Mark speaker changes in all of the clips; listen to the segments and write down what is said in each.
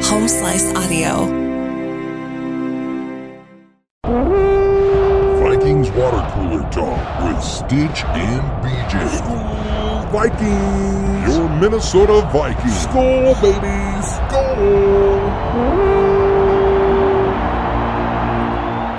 Speaker 1: Slice Audio.
Speaker 2: Vikings Water Cooler Talk with Stitch and BJ.
Speaker 3: Vikings.
Speaker 2: Your Minnesota Vikings.
Speaker 3: School, baby. School.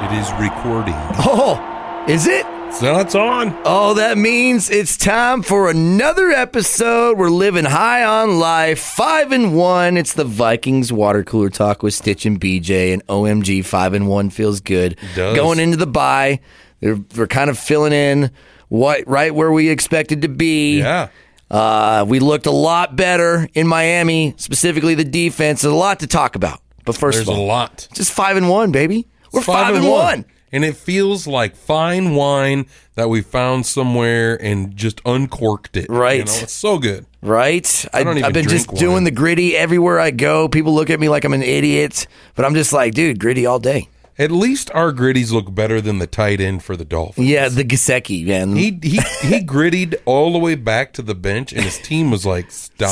Speaker 4: It is recording.
Speaker 5: Oh, is it?
Speaker 4: So it's on.
Speaker 5: Oh, that means it's time for another episode. We're living high on life, five and one. It's the Vikings water cooler talk with Stitch and BJ, and OMG, five and one feels good.
Speaker 4: does.
Speaker 5: Going into the bye, they're they're kind of filling in what right where we expected to be.
Speaker 4: Yeah.
Speaker 5: Uh, we looked a lot better in Miami, specifically the defense. There's a lot to talk about. But first
Speaker 4: There's
Speaker 5: of
Speaker 4: a
Speaker 5: all,
Speaker 4: lot.
Speaker 5: just five and one, baby. We're five, and one.
Speaker 4: And it feels like fine wine that we found somewhere and just uncorked it.
Speaker 5: Right.
Speaker 4: You know, it's so good.
Speaker 5: Right? I
Speaker 4: don't even
Speaker 5: have been
Speaker 4: drink
Speaker 5: just doing
Speaker 4: wine.
Speaker 5: the gritty everywhere I go. People look at me like I'm an idiot, but I'm just like, dude, gritty all day.
Speaker 4: At least our gritties look better than the tight end for the Dolphins.
Speaker 5: Yeah, the Gasecki, man.
Speaker 4: He he he grittied all the way back to the bench and his team was like, Stop.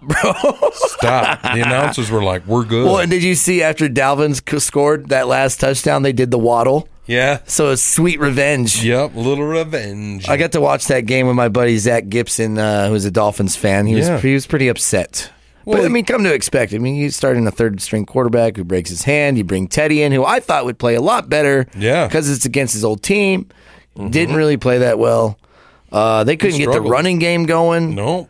Speaker 5: bro.
Speaker 4: Stop. The announcers were like, We're good.
Speaker 5: well, and did you see after Dalvin's c- scored that last touchdown, they did the waddle?
Speaker 4: yeah.
Speaker 5: So it's sweet revenge.
Speaker 4: Yep. Little revenge.
Speaker 5: I got to watch that game with my buddy Zach Gibson, uh, who's a Dolphins fan. He
Speaker 4: Yeah.
Speaker 5: was he was pretty upset.
Speaker 4: Well,
Speaker 5: but I mean, come to expect. I mean, he's starting a third string quarterback who breaks his hand. You bring Teddy in, who I thought would play a lot better.
Speaker 4: Yeah. Mm-hmm.
Speaker 5: because it's against his old team. Didn't really play that well. Uh, they couldn't get the
Speaker 4: struggled.
Speaker 5: running game going.
Speaker 4: no.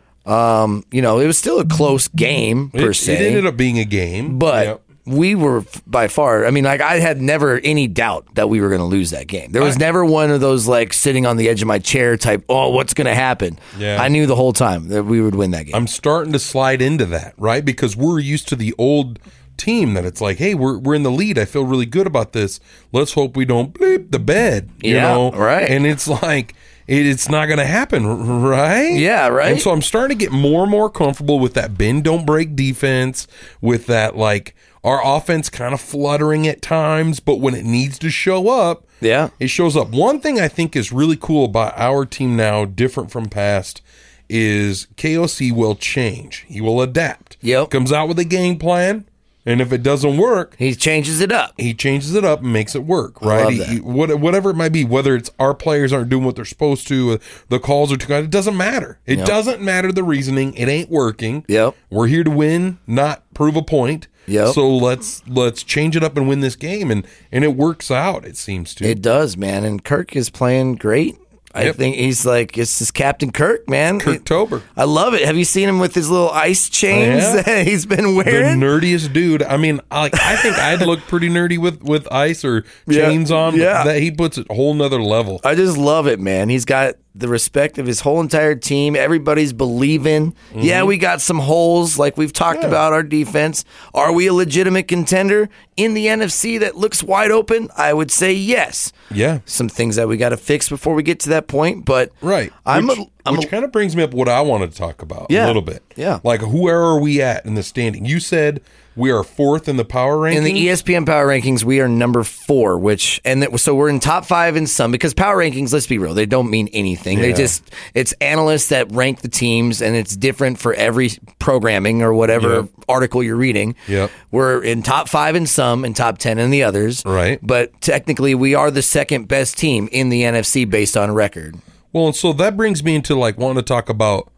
Speaker 5: You know, it was still a close game per
Speaker 4: It,
Speaker 5: se.
Speaker 4: it ended up being a game.
Speaker 5: But
Speaker 4: Yep.
Speaker 5: we were f- by far. I mean, like I had never any doubt that we were going to lose that game. There was never one of those like sitting on the edge of my chair type. Oh, what's going to happen?
Speaker 4: Yeah.
Speaker 5: I knew the whole time that we would win that game.
Speaker 4: I'm starting to slide into that, right? Because we're used to the old team that it's like, hey, we're we're in the lead. I feel really good about this. Let's hope we don't bleep the bed. You
Speaker 5: Yeah,
Speaker 4: know?
Speaker 5: right.
Speaker 4: And it's like it, it's not gonna happen, r- right?
Speaker 5: Yeah, right.
Speaker 4: And so I'm starting to get more and more comfortable with that bend don't break defense, with that like our offense kind of fluttering at times, but when it needs to show up,
Speaker 5: yeah,
Speaker 4: it shows up. One thing I think is really cool about our team now, different from past, is KOC will change. He will adapt.
Speaker 5: Yep.
Speaker 4: Comes out with a game plan, and if it doesn't work,
Speaker 5: he changes it up.
Speaker 4: he changes it up and makes it work, right?
Speaker 5: love
Speaker 4: He-
Speaker 5: that.
Speaker 4: he- what- whatever it might be, whether it's our players aren't doing what they're supposed to, uh, the calls are too good, it doesn't matter. It doesn't matter the reasoning. It ain't working.
Speaker 5: Yep.
Speaker 4: We're here to win, not prove a point.
Speaker 5: Yep.
Speaker 4: So let's let's change it up and win this game, and and it works out. It seems to.
Speaker 5: It does, man. And Kirk is playing great. I
Speaker 4: Yep.
Speaker 5: think he's like it's just Captain Kirk, man. It-
Speaker 4: Kirktober.
Speaker 5: I love it. Have you seen him with his little ice chains
Speaker 4: Oh, Yeah.
Speaker 5: that he's been
Speaker 4: the
Speaker 5: wearing?
Speaker 4: nerdiest dude. I mean, I, like, I think I'd look pretty nerdy with with ice or
Speaker 5: Yeah.
Speaker 4: chains on.
Speaker 5: Yeah.
Speaker 4: Yeah. That he puts a whole nother level.
Speaker 5: I just love it, man. He's got the respect of his whole entire team. Everybody's believing.
Speaker 4: Mm-hmm.
Speaker 5: Yeah, we got some holes, like we've talked about our defense. Are we a legitimate contender in the NFC that looks wide open? I would say yes.
Speaker 4: Yeah.
Speaker 5: Some things that we got to fix before we get to that point, but
Speaker 4: Right.
Speaker 5: I'm
Speaker 4: which,
Speaker 5: a, I'm a,
Speaker 4: kind of brings me up what I wanted to talk about a
Speaker 5: Yeah.
Speaker 4: little bit.
Speaker 5: Yeah.
Speaker 4: Like where are we at in the standing? You said we are fourth in the power ranking.
Speaker 5: in the E ESPN Power Rankings, we are number four, which and that, so we're in top five in some because Power Rankings. Let's be real; they don't mean anything. They just it's analysts that rank the teams, and it's different for every programming or whatever
Speaker 4: Yep.
Speaker 5: article you're reading.
Speaker 4: Yep.
Speaker 5: we're in top five in some, and top ten in the others.
Speaker 4: Right.
Speaker 5: but technically, we are the second best team in the NFC based on record.
Speaker 4: Well, and so that brings me into like wanting to talk about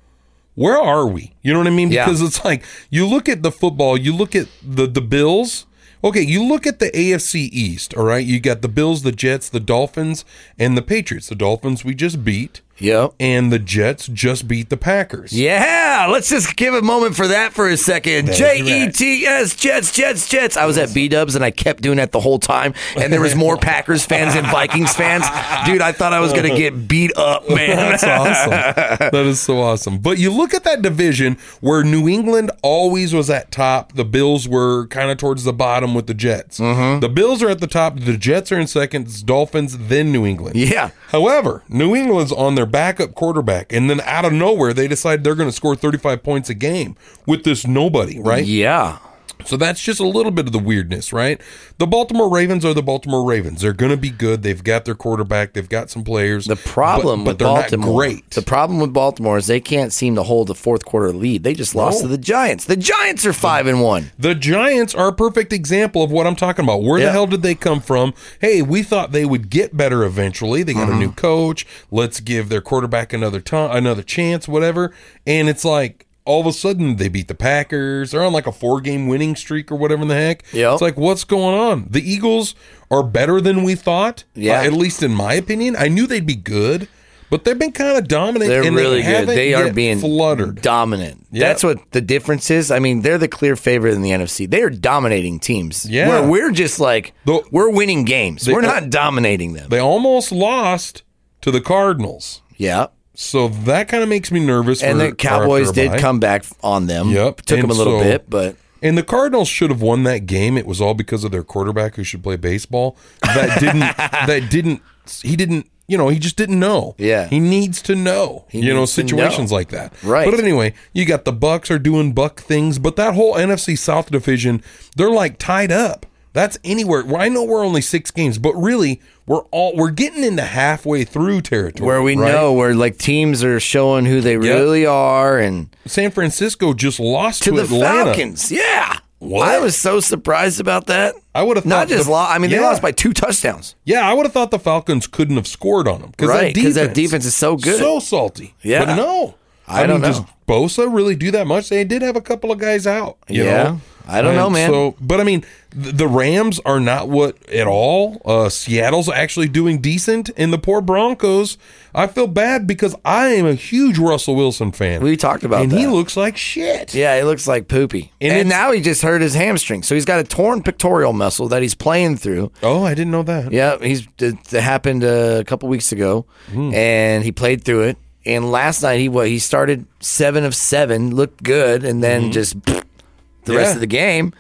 Speaker 4: where are we? You know what I mean?
Speaker 5: Yeah.
Speaker 4: Because it's like you look at the football, you look at the the Bills. Okay, you look at the AFC East, all right? You got the Bills, the Jets, the Dolphins, and the Patriots. The Dolphins we just beat,
Speaker 5: Yep.
Speaker 4: and the Jets just beat the Packers.
Speaker 5: Yeah, let's just give a moment for that for a second. J E T S Jets Jets Jets. I was at B Dubs and I kept doing that the whole time, and there was more Packers fans and Vikings fans. Dude, I thought I was gonna get beat up, man.
Speaker 4: That's awesome. that is so awesome. But you look at that division where New England always was at top. The Bills were kind of towards the bottom with the Jets.
Speaker 5: Mm-hmm.
Speaker 4: The Bills are at the top. The Jets are in second. It's Dolphins, then New England.
Speaker 5: Yeah.
Speaker 4: However, New England's on their backup quarterback, and then out of nowhere, they decide they're going to score 35 points a game with this nobody, right?
Speaker 5: Yeah.
Speaker 4: So that's just a little bit of the weirdness, right? The Baltimore Ravens are the Baltimore Ravens. They're going to be good. They've got their quarterback. They've got some players.
Speaker 5: The problem
Speaker 4: but,
Speaker 5: with
Speaker 4: but they're
Speaker 5: Baltimore,
Speaker 4: not great.
Speaker 5: the problem with Baltimore is they can't seem to hold a fourth quarter lead. They just lost to the Giants. The Giants are five and one.
Speaker 4: The Giants are a perfect example of what I'm talking about. Where
Speaker 5: Yeah.
Speaker 4: the hell did they come from? Hey, we thought they would get better eventually. They
Speaker 5: Mm-hmm.
Speaker 4: got a new coach. Let's give their quarterback another time, another chance, whatever. And it's like all of a sudden they beat the Packers. They're on like a four game winning streak or whatever in the heck.
Speaker 5: Yeah.
Speaker 4: It's like what's going on? The Eagles are better than we thought.
Speaker 5: Yeah.
Speaker 4: uh, at least in my opinion, I knew they'd be good. But they've been kind of dominant.
Speaker 5: They're
Speaker 4: and they
Speaker 5: really good.
Speaker 4: haven't
Speaker 5: They are
Speaker 4: yet
Speaker 5: being
Speaker 4: fluttered.
Speaker 5: dominant.
Speaker 4: Yeah.
Speaker 5: That's what the difference is. I mean, they're the clear favorite in the NFC. They are dominating teams.
Speaker 4: Yeah.
Speaker 5: where we're just like
Speaker 4: The-
Speaker 5: we're winning games. we're not dominating them.
Speaker 4: they almost lost to the Cardinals.
Speaker 5: yeah,
Speaker 4: So that kind of makes me nervous.
Speaker 5: and
Speaker 4: for-
Speaker 5: the Cowboys
Speaker 4: after a
Speaker 5: did
Speaker 4: bye.
Speaker 5: come back on them.
Speaker 4: Yep.
Speaker 5: took them
Speaker 4: And
Speaker 5: a little
Speaker 4: so-
Speaker 5: bit, but
Speaker 4: And the Cardinals should have won that game. It was all because of their quarterback who should play baseball. That didn't. that didn't. He didn't. You know, he just didn't know.
Speaker 5: Yeah.
Speaker 4: he needs to know. you know,
Speaker 5: needs to
Speaker 4: situations
Speaker 5: know.
Speaker 4: like that.
Speaker 5: Right.
Speaker 4: But anyway, you got the Bucks are doing Buck things, but that whole NFC South division, they're like tied up. That's anywhere. Well, I know we're only six games, but really, we're all we're getting into halfway through territory
Speaker 5: where we
Speaker 4: right?
Speaker 5: know where like teams are showing who they really are and
Speaker 4: San Francisco just lost to,
Speaker 5: to the
Speaker 4: Atlanta.
Speaker 5: Falcons. Yeah.
Speaker 4: What?
Speaker 5: I was so surprised about that.
Speaker 4: I would have
Speaker 5: not
Speaker 4: thought
Speaker 5: just
Speaker 4: the-
Speaker 5: lost. I mean, they
Speaker 4: Yeah.
Speaker 5: lost by two touchdowns.
Speaker 4: Yeah, I would have thought the Falcons couldn't have scored on them because
Speaker 5: Right, 'cause their defense is so good.
Speaker 4: so salty.
Speaker 5: Yeah.
Speaker 4: but no,
Speaker 5: I don't
Speaker 4: does
Speaker 5: know.
Speaker 4: Bosa really do that much? They did have a couple of guys out. you
Speaker 5: Yeah.
Speaker 4: know?
Speaker 5: I don't know,
Speaker 4: And
Speaker 5: man.
Speaker 4: So, but I mean, th- the Rams are not what at all. Uh, Seattle's actually doing decent, and the poor Broncos. I feel bad because I am a huge Russell Wilson fan.
Speaker 5: We talked about
Speaker 4: and
Speaker 5: that.
Speaker 4: he looks like shit.
Speaker 5: yeah, he looks like poopy.
Speaker 4: And
Speaker 5: And,
Speaker 4: it's-
Speaker 5: now he just hurt his hamstring. So he's got a torn pectoral muscle that he's playing through.
Speaker 4: Oh, I didn't know that.
Speaker 5: Yeah, he's it happened uh, a couple weeks ago
Speaker 4: Hmm.
Speaker 5: and he played through it. And last night he what he started 7 of 7, looked good and then just the
Speaker 4: Mm-hmm. Yeah.
Speaker 5: rest of the game.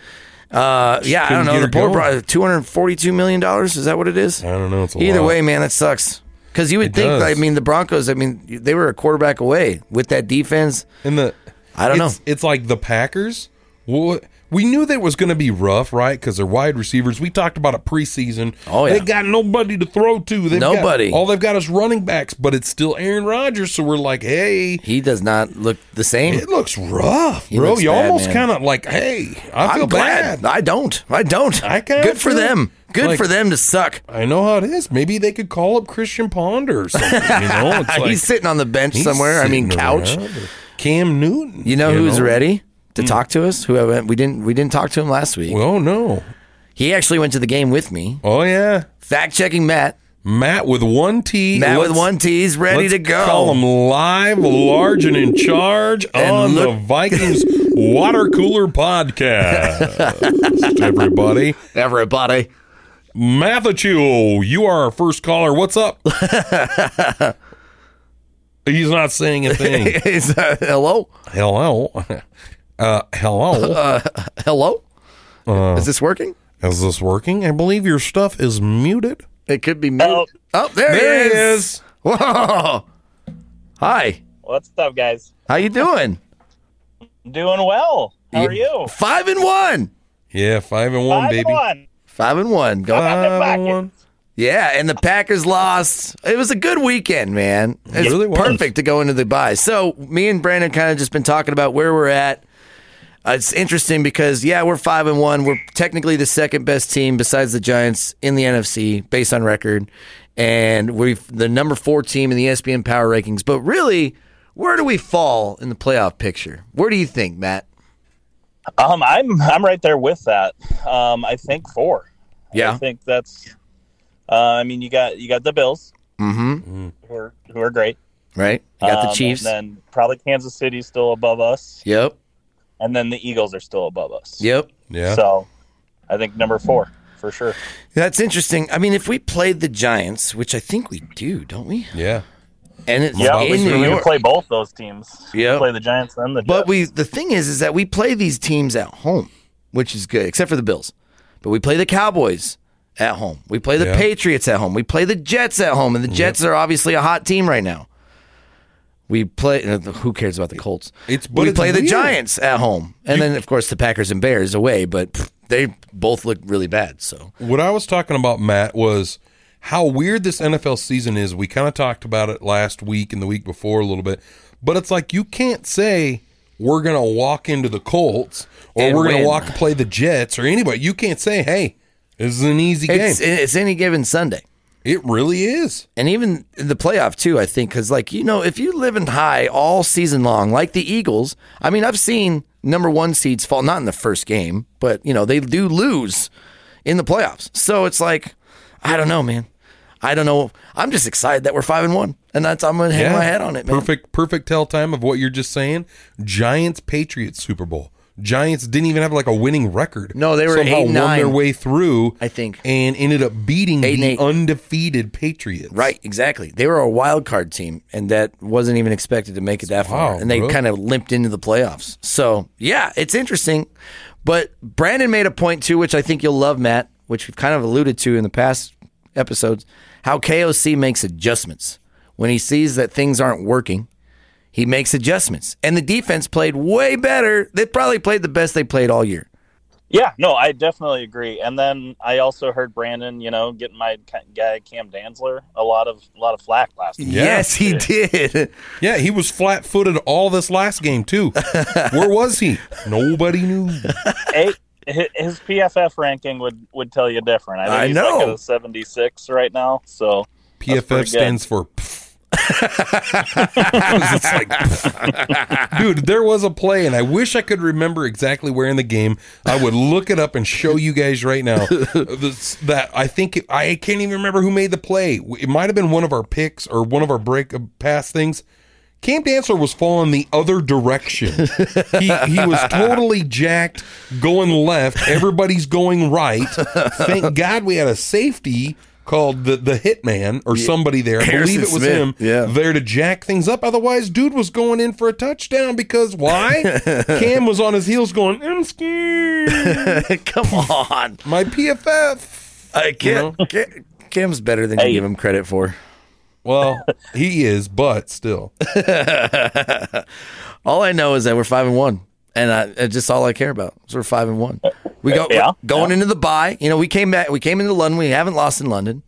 Speaker 5: Uh, yeah, I
Speaker 4: couldn't
Speaker 5: don't know.
Speaker 4: get
Speaker 5: The
Speaker 4: it
Speaker 5: poor
Speaker 4: going.
Speaker 5: bro- 242 million dollars, is that what it is?
Speaker 4: I don't know. It's a
Speaker 5: Either
Speaker 4: lot.
Speaker 5: way, man, that sucks. Because you would
Speaker 4: It
Speaker 5: think,
Speaker 4: does.
Speaker 5: I mean, the Broncos. I mean, they were a quarterback away with that defense.
Speaker 4: And the
Speaker 5: I don't
Speaker 4: it's,
Speaker 5: know.
Speaker 4: It's like the Packers. What we knew that was going to be rough, right? Because their wide receivers. We talked about it preseason.
Speaker 5: Oh, yeah.
Speaker 4: they got nobody to throw to. They've got-
Speaker 5: Nobody.
Speaker 4: all they've got is running backs, but it's still Aaron Rodgers. So we're like, hey.
Speaker 5: He does not look the same.
Speaker 4: It looks rough, bro.
Speaker 5: looks
Speaker 4: You
Speaker 5: bad,
Speaker 4: almost
Speaker 5: man.
Speaker 4: kind of like, hey, I
Speaker 5: I'm
Speaker 4: feel
Speaker 5: glad.
Speaker 4: bad.
Speaker 5: I don't. I don't.
Speaker 4: I kinda
Speaker 5: Good for
Speaker 4: feel
Speaker 5: them. Good
Speaker 4: like-
Speaker 5: for them to suck.
Speaker 4: I know how it is. Maybe they could call up Christian Ponder or something. You know, It's like-
Speaker 5: he's sitting on the bench
Speaker 4: he's
Speaker 5: somewhere. I mean,
Speaker 4: sitting
Speaker 5: couch.
Speaker 4: around. Cam Newton.
Speaker 5: You know who's
Speaker 4: know? Hmm.
Speaker 5: ready to talk to us? Who haven't- we didn't we didn't talk to him last week.
Speaker 4: Oh no!
Speaker 5: he actually went to the game with me.
Speaker 4: Oh yeah,
Speaker 5: Fact checking Matt.
Speaker 4: Matt with one T.
Speaker 5: Matt with
Speaker 4: Let's-
Speaker 5: one T. He's ready
Speaker 4: Let's
Speaker 5: to go.
Speaker 4: Call him live, large, and in charge on the
Speaker 5: look-
Speaker 4: Vikings Water Cooler Podcast. Everybody,
Speaker 5: Everybody.
Speaker 4: Matthew, you are our first caller. What's up? He's not saying a thing.
Speaker 5: Is, uh, hello.
Speaker 4: hello, uh, hello.
Speaker 5: Hello.
Speaker 4: Uh.
Speaker 5: Is this working?
Speaker 4: Is this working? I believe your stuff is muted.
Speaker 5: It could be me. Oh, there,
Speaker 4: There
Speaker 5: he
Speaker 4: he
Speaker 5: is.
Speaker 4: is.
Speaker 5: Whoa. Hi.
Speaker 1: What's up, guys?
Speaker 5: How you doing?
Speaker 1: Doing well. How are you?
Speaker 5: Five and one.
Speaker 4: Yeah, five and one,
Speaker 1: Five
Speaker 4: baby.
Speaker 1: one.
Speaker 5: Five and one. Go
Speaker 1: Out the
Speaker 4: Five and
Speaker 1: pocket.
Speaker 4: one.
Speaker 5: Yeah, and the Packers lost. It was a good weekend, man. It's
Speaker 4: really was.
Speaker 5: perfect to go into the bye. So me and Brandon kind of just been talking about where we're at. Uh, it's interesting because yeah, we're five and one. We're technically the second best team besides the Giants in the NFC based on record, and we're the number four team in the E ESPN Power Rankings. But really, where do we fall in the playoff picture? Where do you think, Matt?
Speaker 1: Um, I'm I'm right there with that. Um, I think four. I think that's. Uh, I mean, you got you got the Bills,
Speaker 5: Mm-hmm.
Speaker 1: who are who are great.
Speaker 5: Right. You got
Speaker 1: Um,
Speaker 5: the Chiefs.
Speaker 1: and then probably Kansas City's still above us,
Speaker 5: yep.
Speaker 1: and then the Eagles are still above us.
Speaker 5: Yep.
Speaker 4: Yeah.
Speaker 1: So, I think number four for sure.
Speaker 5: That's interesting. I mean, if we played the Giants, which I think we do, don't we?
Speaker 4: yeah.
Speaker 5: And it's
Speaker 1: Yeah, we
Speaker 5: in
Speaker 1: can
Speaker 5: New
Speaker 1: we can
Speaker 5: York.
Speaker 1: play both those teams.
Speaker 5: Yep.
Speaker 1: play the Giants and the.
Speaker 5: but
Speaker 1: Jets.
Speaker 5: we the thing is is that we play these teams at home, which is good, except for the Bills. But we play the Cowboys at home. We play the
Speaker 4: Yeah.
Speaker 5: Patriots at home. We play the Jets at home, and the Jets are obviously a hot team right now. We play. uh, Who cares about the Colts?
Speaker 4: It's- but
Speaker 5: we
Speaker 4: it's
Speaker 5: play the
Speaker 4: weird.
Speaker 5: Giants at home, and then of course the Packers and Bears away. But pff, they both look really bad. So
Speaker 4: What I was talking about, Matt, was how weird this NFL season is. We kind of talked about it last week and the week before a little bit, but it's like you can't say we're going to walk into the Colts or
Speaker 5: And
Speaker 4: we're going
Speaker 5: win.
Speaker 4: to walk play the Jets or anybody. You can't say, hey, this is an easy
Speaker 5: it's
Speaker 4: game.
Speaker 5: it's any given Sunday.
Speaker 4: It really is.
Speaker 5: and even in the playoff too. I think because like you know, if you live in high all season long, like the Eagles, I mean, I've seen number one seeds fall not in the first game, but you know they do lose in the playoffs. So it's like I don't know, man. I don't know. I'm just excited that we're five and one, and that's I'm gonna hang my head on it, man.
Speaker 4: Perfect, perfect tell time of what you're just saying. Giants Patriots Super Bowl. Giants didn't even have like a winning record.
Speaker 5: No, they were
Speaker 4: somehow
Speaker 5: eight,
Speaker 4: won
Speaker 5: nine,
Speaker 4: their way through.
Speaker 5: I think.
Speaker 4: and ended up beating
Speaker 5: and
Speaker 4: the
Speaker 5: eight.
Speaker 4: undefeated Patriots.
Speaker 5: Right, exactly. They were a wild card team, and that wasn't even expected to make it that far.
Speaker 4: Wow,
Speaker 5: and they
Speaker 4: bro.
Speaker 5: kind of limped into the playoffs. So yeah, it's interesting. But Brandon made a point too, which I think you'll love, Matt, which we've kind of alluded to in the past episodes, how KOC makes adjustments when he sees that things aren't working. He makes adjustments, and the defense played way better. They probably played the best they played all year.
Speaker 1: Yeah, no, I definitely agree. And then I also heard Brandon, you know, getting my ca- guy Cam Danzler a lot of a lot of flack last week.
Speaker 5: Yes, he did.
Speaker 4: Yeah, he was flat footed all this last game, too. Where was he? Nobody knew.
Speaker 1: Hey, hi- his PFF ranking would would tell you different. I think
Speaker 5: I
Speaker 1: he's
Speaker 5: know.
Speaker 1: like a 76 right now. So
Speaker 4: PFF
Speaker 1: pretty good.
Speaker 4: stands for. pff. I was just like, pff. Dude, there was a play, and I wish I could remember exactly where in the game. I would look it up and show you guys right now. This- that I think it, I can't even remember who made the play. It might have been one of our picks or one of our break pass things. Cam Dancer was falling the other direction. He, he was totally jacked, going left. Everybody's going right. Thank God we had a safety called the the hitman or somebody there. I
Speaker 5: Harrison
Speaker 4: believe it was
Speaker 5: Smith,
Speaker 4: him.
Speaker 5: yeah.
Speaker 4: there to jack things up. Otherwise, dude was going in for a touchdown because why? Cam was on his heels going. I'm scared.
Speaker 5: Come on,
Speaker 4: My PFF.
Speaker 5: I can't. Uh, Cam- Cam's better than you
Speaker 1: Hey.
Speaker 5: give him credit for.
Speaker 4: Well, he is, but still,
Speaker 5: All I know is that we're five and one, and I, that's just all I care about. So we're five and one. We go
Speaker 1: Uh, Yeah.
Speaker 5: going into the bye. You know, we came back. We came into London. We haven't lost in London,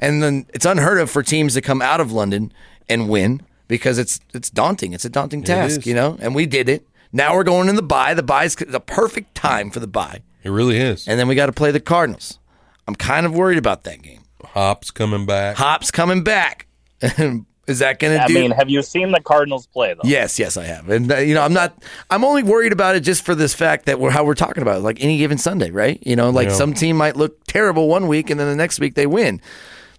Speaker 5: and then it's unheard of for teams to come out of London and win because it's it's daunting. It's a daunting task,
Speaker 4: is.
Speaker 5: you know. And we did it. Now we're going in the bye. The bye is the perfect time for the bye,
Speaker 4: it really is.
Speaker 5: and then we got to play the Cardinals. I'm kind of worried about that game.
Speaker 4: Hops coming back.
Speaker 5: Hop's coming back. is that going to
Speaker 1: I
Speaker 5: do?
Speaker 1: mean, have you seen the Cardinals play though?
Speaker 5: Yes, yes, I have, and uh, you know, I'm not. I'm only worried about it just for this fact that we're how we're talking about, it, like any given Sunday, right? You know, like
Speaker 4: Yeah.
Speaker 5: some team might look terrible one week, and then the next week they win,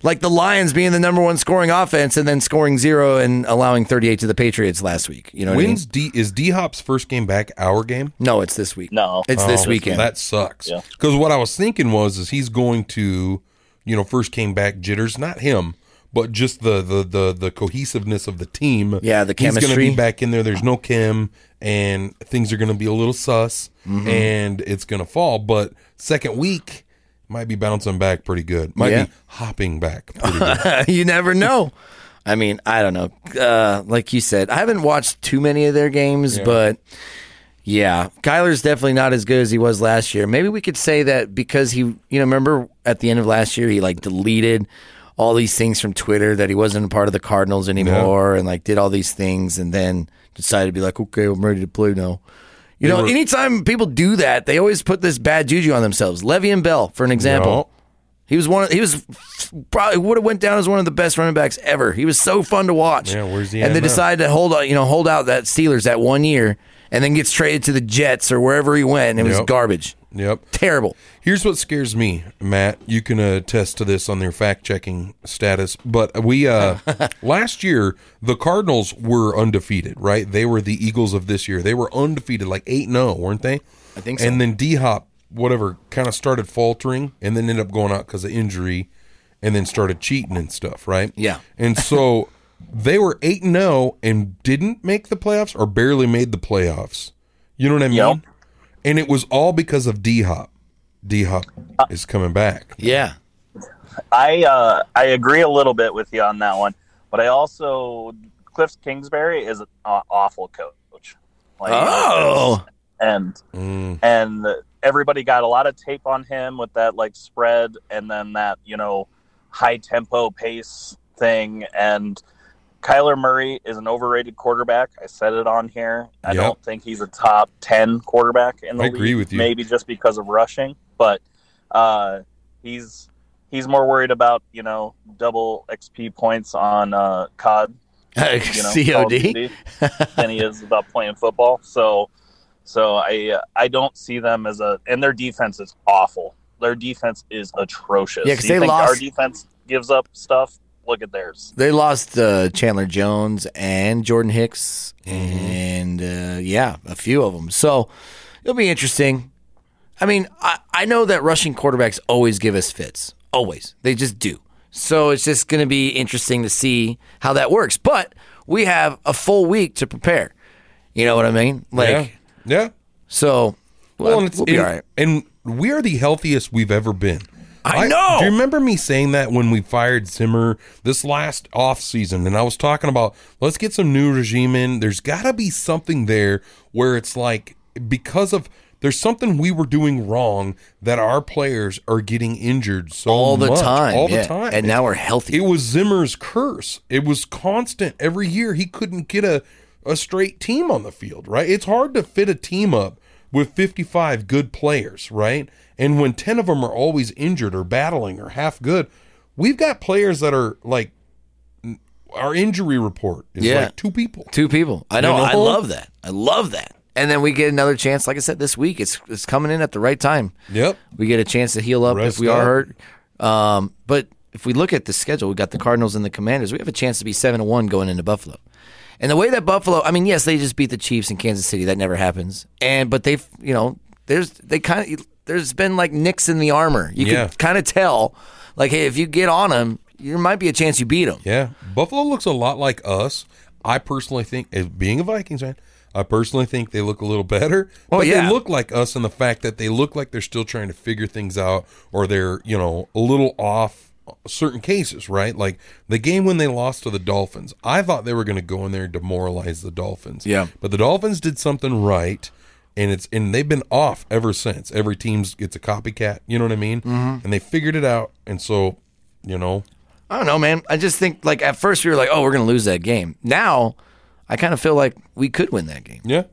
Speaker 5: like the Lions being the number one scoring offense, and then scoring zero and allowing 38 to the Patriots last week. You know, what I mean?
Speaker 4: When's D is D Hop's first game back? Our game.
Speaker 5: No, it's this week.
Speaker 1: No.
Speaker 5: it's
Speaker 4: Oh,
Speaker 5: this weekend.
Speaker 4: That sucks. Because what I was thinking was, is he's going to, you know, first came back jitters, not him, but just the the the, the cohesiveness of the team.
Speaker 5: Yeah, the
Speaker 4: He's going to
Speaker 5: chemistry.
Speaker 4: be back in there. There's no Kim, and things are going to be a little sus,
Speaker 5: Mm-hmm.
Speaker 4: and it's going to fall. But second week might be bouncing back pretty good. Might
Speaker 5: Yeah.
Speaker 4: be hopping back pretty good.
Speaker 5: you never know. I mean, I don't know. Uh, like you said, I haven't watched too many of their games, but yeah, Kyler's definitely not as good as he was last year. Maybe we could say that because he, you know, remember at the end of last year, he like deleted all these things from Twitter that he wasn't a part of the Cardinals anymore and like did all these things and then decided to be like, okay, I'm ready to play now. You know,
Speaker 4: were-
Speaker 5: anytime people do that, they always put this bad juju on themselves. Levy and Bell, for an example.
Speaker 4: No.
Speaker 5: He was one. Of, he was probably would have went down as one of the best running backs ever. He was so fun to watch.
Speaker 4: Yeah, where's he
Speaker 5: And
Speaker 4: at
Speaker 5: they
Speaker 4: now?
Speaker 5: decided to hold out, you know, hold out that Steelers that one year, and then gets traded to the Jets or wherever he went. And it was
Speaker 4: Yep.
Speaker 5: garbage,
Speaker 4: Yep.
Speaker 5: terrible.
Speaker 4: Here's what scares me, Matt. You can uh, attest to this on their fact checking status. But we uh, last year the Cardinals were undefeated, right? They were the Eagles of this year. They were undefeated, like eight 0 weren't they? I
Speaker 5: think so.
Speaker 4: And then D Hop, whatever, kind of started faltering, and then ended up going out because of injury, and then started cheating and stuff, right?
Speaker 5: Yeah.
Speaker 4: And so they were eight 0 and didn't make the playoffs or barely made the playoffs. You know what I mean?
Speaker 1: Yep.
Speaker 4: And it was all because of D Hop. D Hop
Speaker 5: Uh,
Speaker 4: is coming back.
Speaker 5: Yeah,
Speaker 1: I uh, I agree a little bit with you on that one, but I also Cliff Kingsbury is an aw- awful coach. Like,
Speaker 5: Oh,
Speaker 1: and
Speaker 4: Mm.
Speaker 1: and everybody got a lot of tape on him with that like spread and then that you know high tempo pace thing and Kyler Murray is an overrated quarterback. I said it on here. I
Speaker 4: Yep.
Speaker 1: don't think he's a top 10 quarterback in the
Speaker 4: I
Speaker 1: league.
Speaker 4: agree with you.
Speaker 1: Maybe just because of rushing, but uh, he's he's more worried about, you know, double XP points on uh, COD you know, Call of
Speaker 5: COD.
Speaker 1: Duty than he is about playing football. So, so I uh, I don't see them as a and their defense is awful. Their defense is atrocious.
Speaker 5: Yeah, 'cause
Speaker 1: You
Speaker 5: they
Speaker 1: think Our
Speaker 5: lost-
Speaker 1: defense gives up stuff. Look at theirs.
Speaker 5: They lost uh, Chandler Jones and Jordan Hicks,
Speaker 4: Mm-hmm.
Speaker 5: and uh, yeah, a few of them. So it'll be interesting. I mean, I, I know that rushing quarterbacks always give us fits, always. They just do. So it's just going to be interesting to see how that works. But we have a full week to prepare. You know what I mean? Like,
Speaker 4: yeah. Yeah.
Speaker 5: so well,
Speaker 4: Well, and it's,
Speaker 5: we'll be
Speaker 4: and,
Speaker 5: all right.
Speaker 4: and we are the healthiest we've ever been.
Speaker 5: I know!
Speaker 4: Do you remember me saying that when we fired Zimmer this last off season? And I was talking about let's get some new regime in. There's got to be something there where it's like because of there's something we were doing wrong that our players are getting injured so
Speaker 5: All the
Speaker 4: much,
Speaker 5: time.
Speaker 4: all the
Speaker 5: yeah.
Speaker 4: time,
Speaker 5: And now we're healthy.
Speaker 4: it was Zimmer's curse. It was constant every year. He couldn't get a, a straight team on the field, right? It's hard to fit a team up with 55 good players, right? And when 10 of them are always injured or battling or half good, we've got players that are like our injury report is
Speaker 5: Yeah.
Speaker 4: like two people.
Speaker 5: Two people. I know.
Speaker 4: You know?
Speaker 5: I love that. I love that. And then we get another chance. Like I said, this week it's it's coming in at the right time.
Speaker 4: Yep.
Speaker 5: We get a chance to heal up if
Speaker 4: Rest
Speaker 5: we
Speaker 4: up.
Speaker 5: are hurt. Um, but if we look at the schedule, we got the Cardinals and the Commanders. We have a chance to be seven to one going into Buffalo. And the way that Buffalo, I mean, yes, they just beat the Chiefs in Kansas City. That never happens. And but they've, you know, there's they kind of there's been like nicks in the armor. You
Speaker 4: Yeah.
Speaker 5: can kind of tell, like, hey, if you get on them, there might be a chance you beat them.
Speaker 4: Yeah. Buffalo looks a lot like us. I personally think, as being a Vikings fan, I personally think they look a little better.
Speaker 5: Oh,
Speaker 4: but
Speaker 5: yeah.
Speaker 4: they look like us in the fact that they look like they're still trying to figure things out or they're, you know, a little off certain cases, right? Like the game when they lost to the Dolphins, I thought they were going to go in there and demoralize the Dolphins.
Speaker 5: Yeah.
Speaker 4: But the Dolphins did something right. And it's and they've been off ever since. Every team's gets a copycat, you know what I mean?
Speaker 5: Mm-hmm.
Speaker 4: And they figured it out. And so, you know,
Speaker 5: I don't know, man. I just think like at first we were like, oh, we're gonna lose that game. Now, I kind of feel like we could win that game.
Speaker 4: yeah.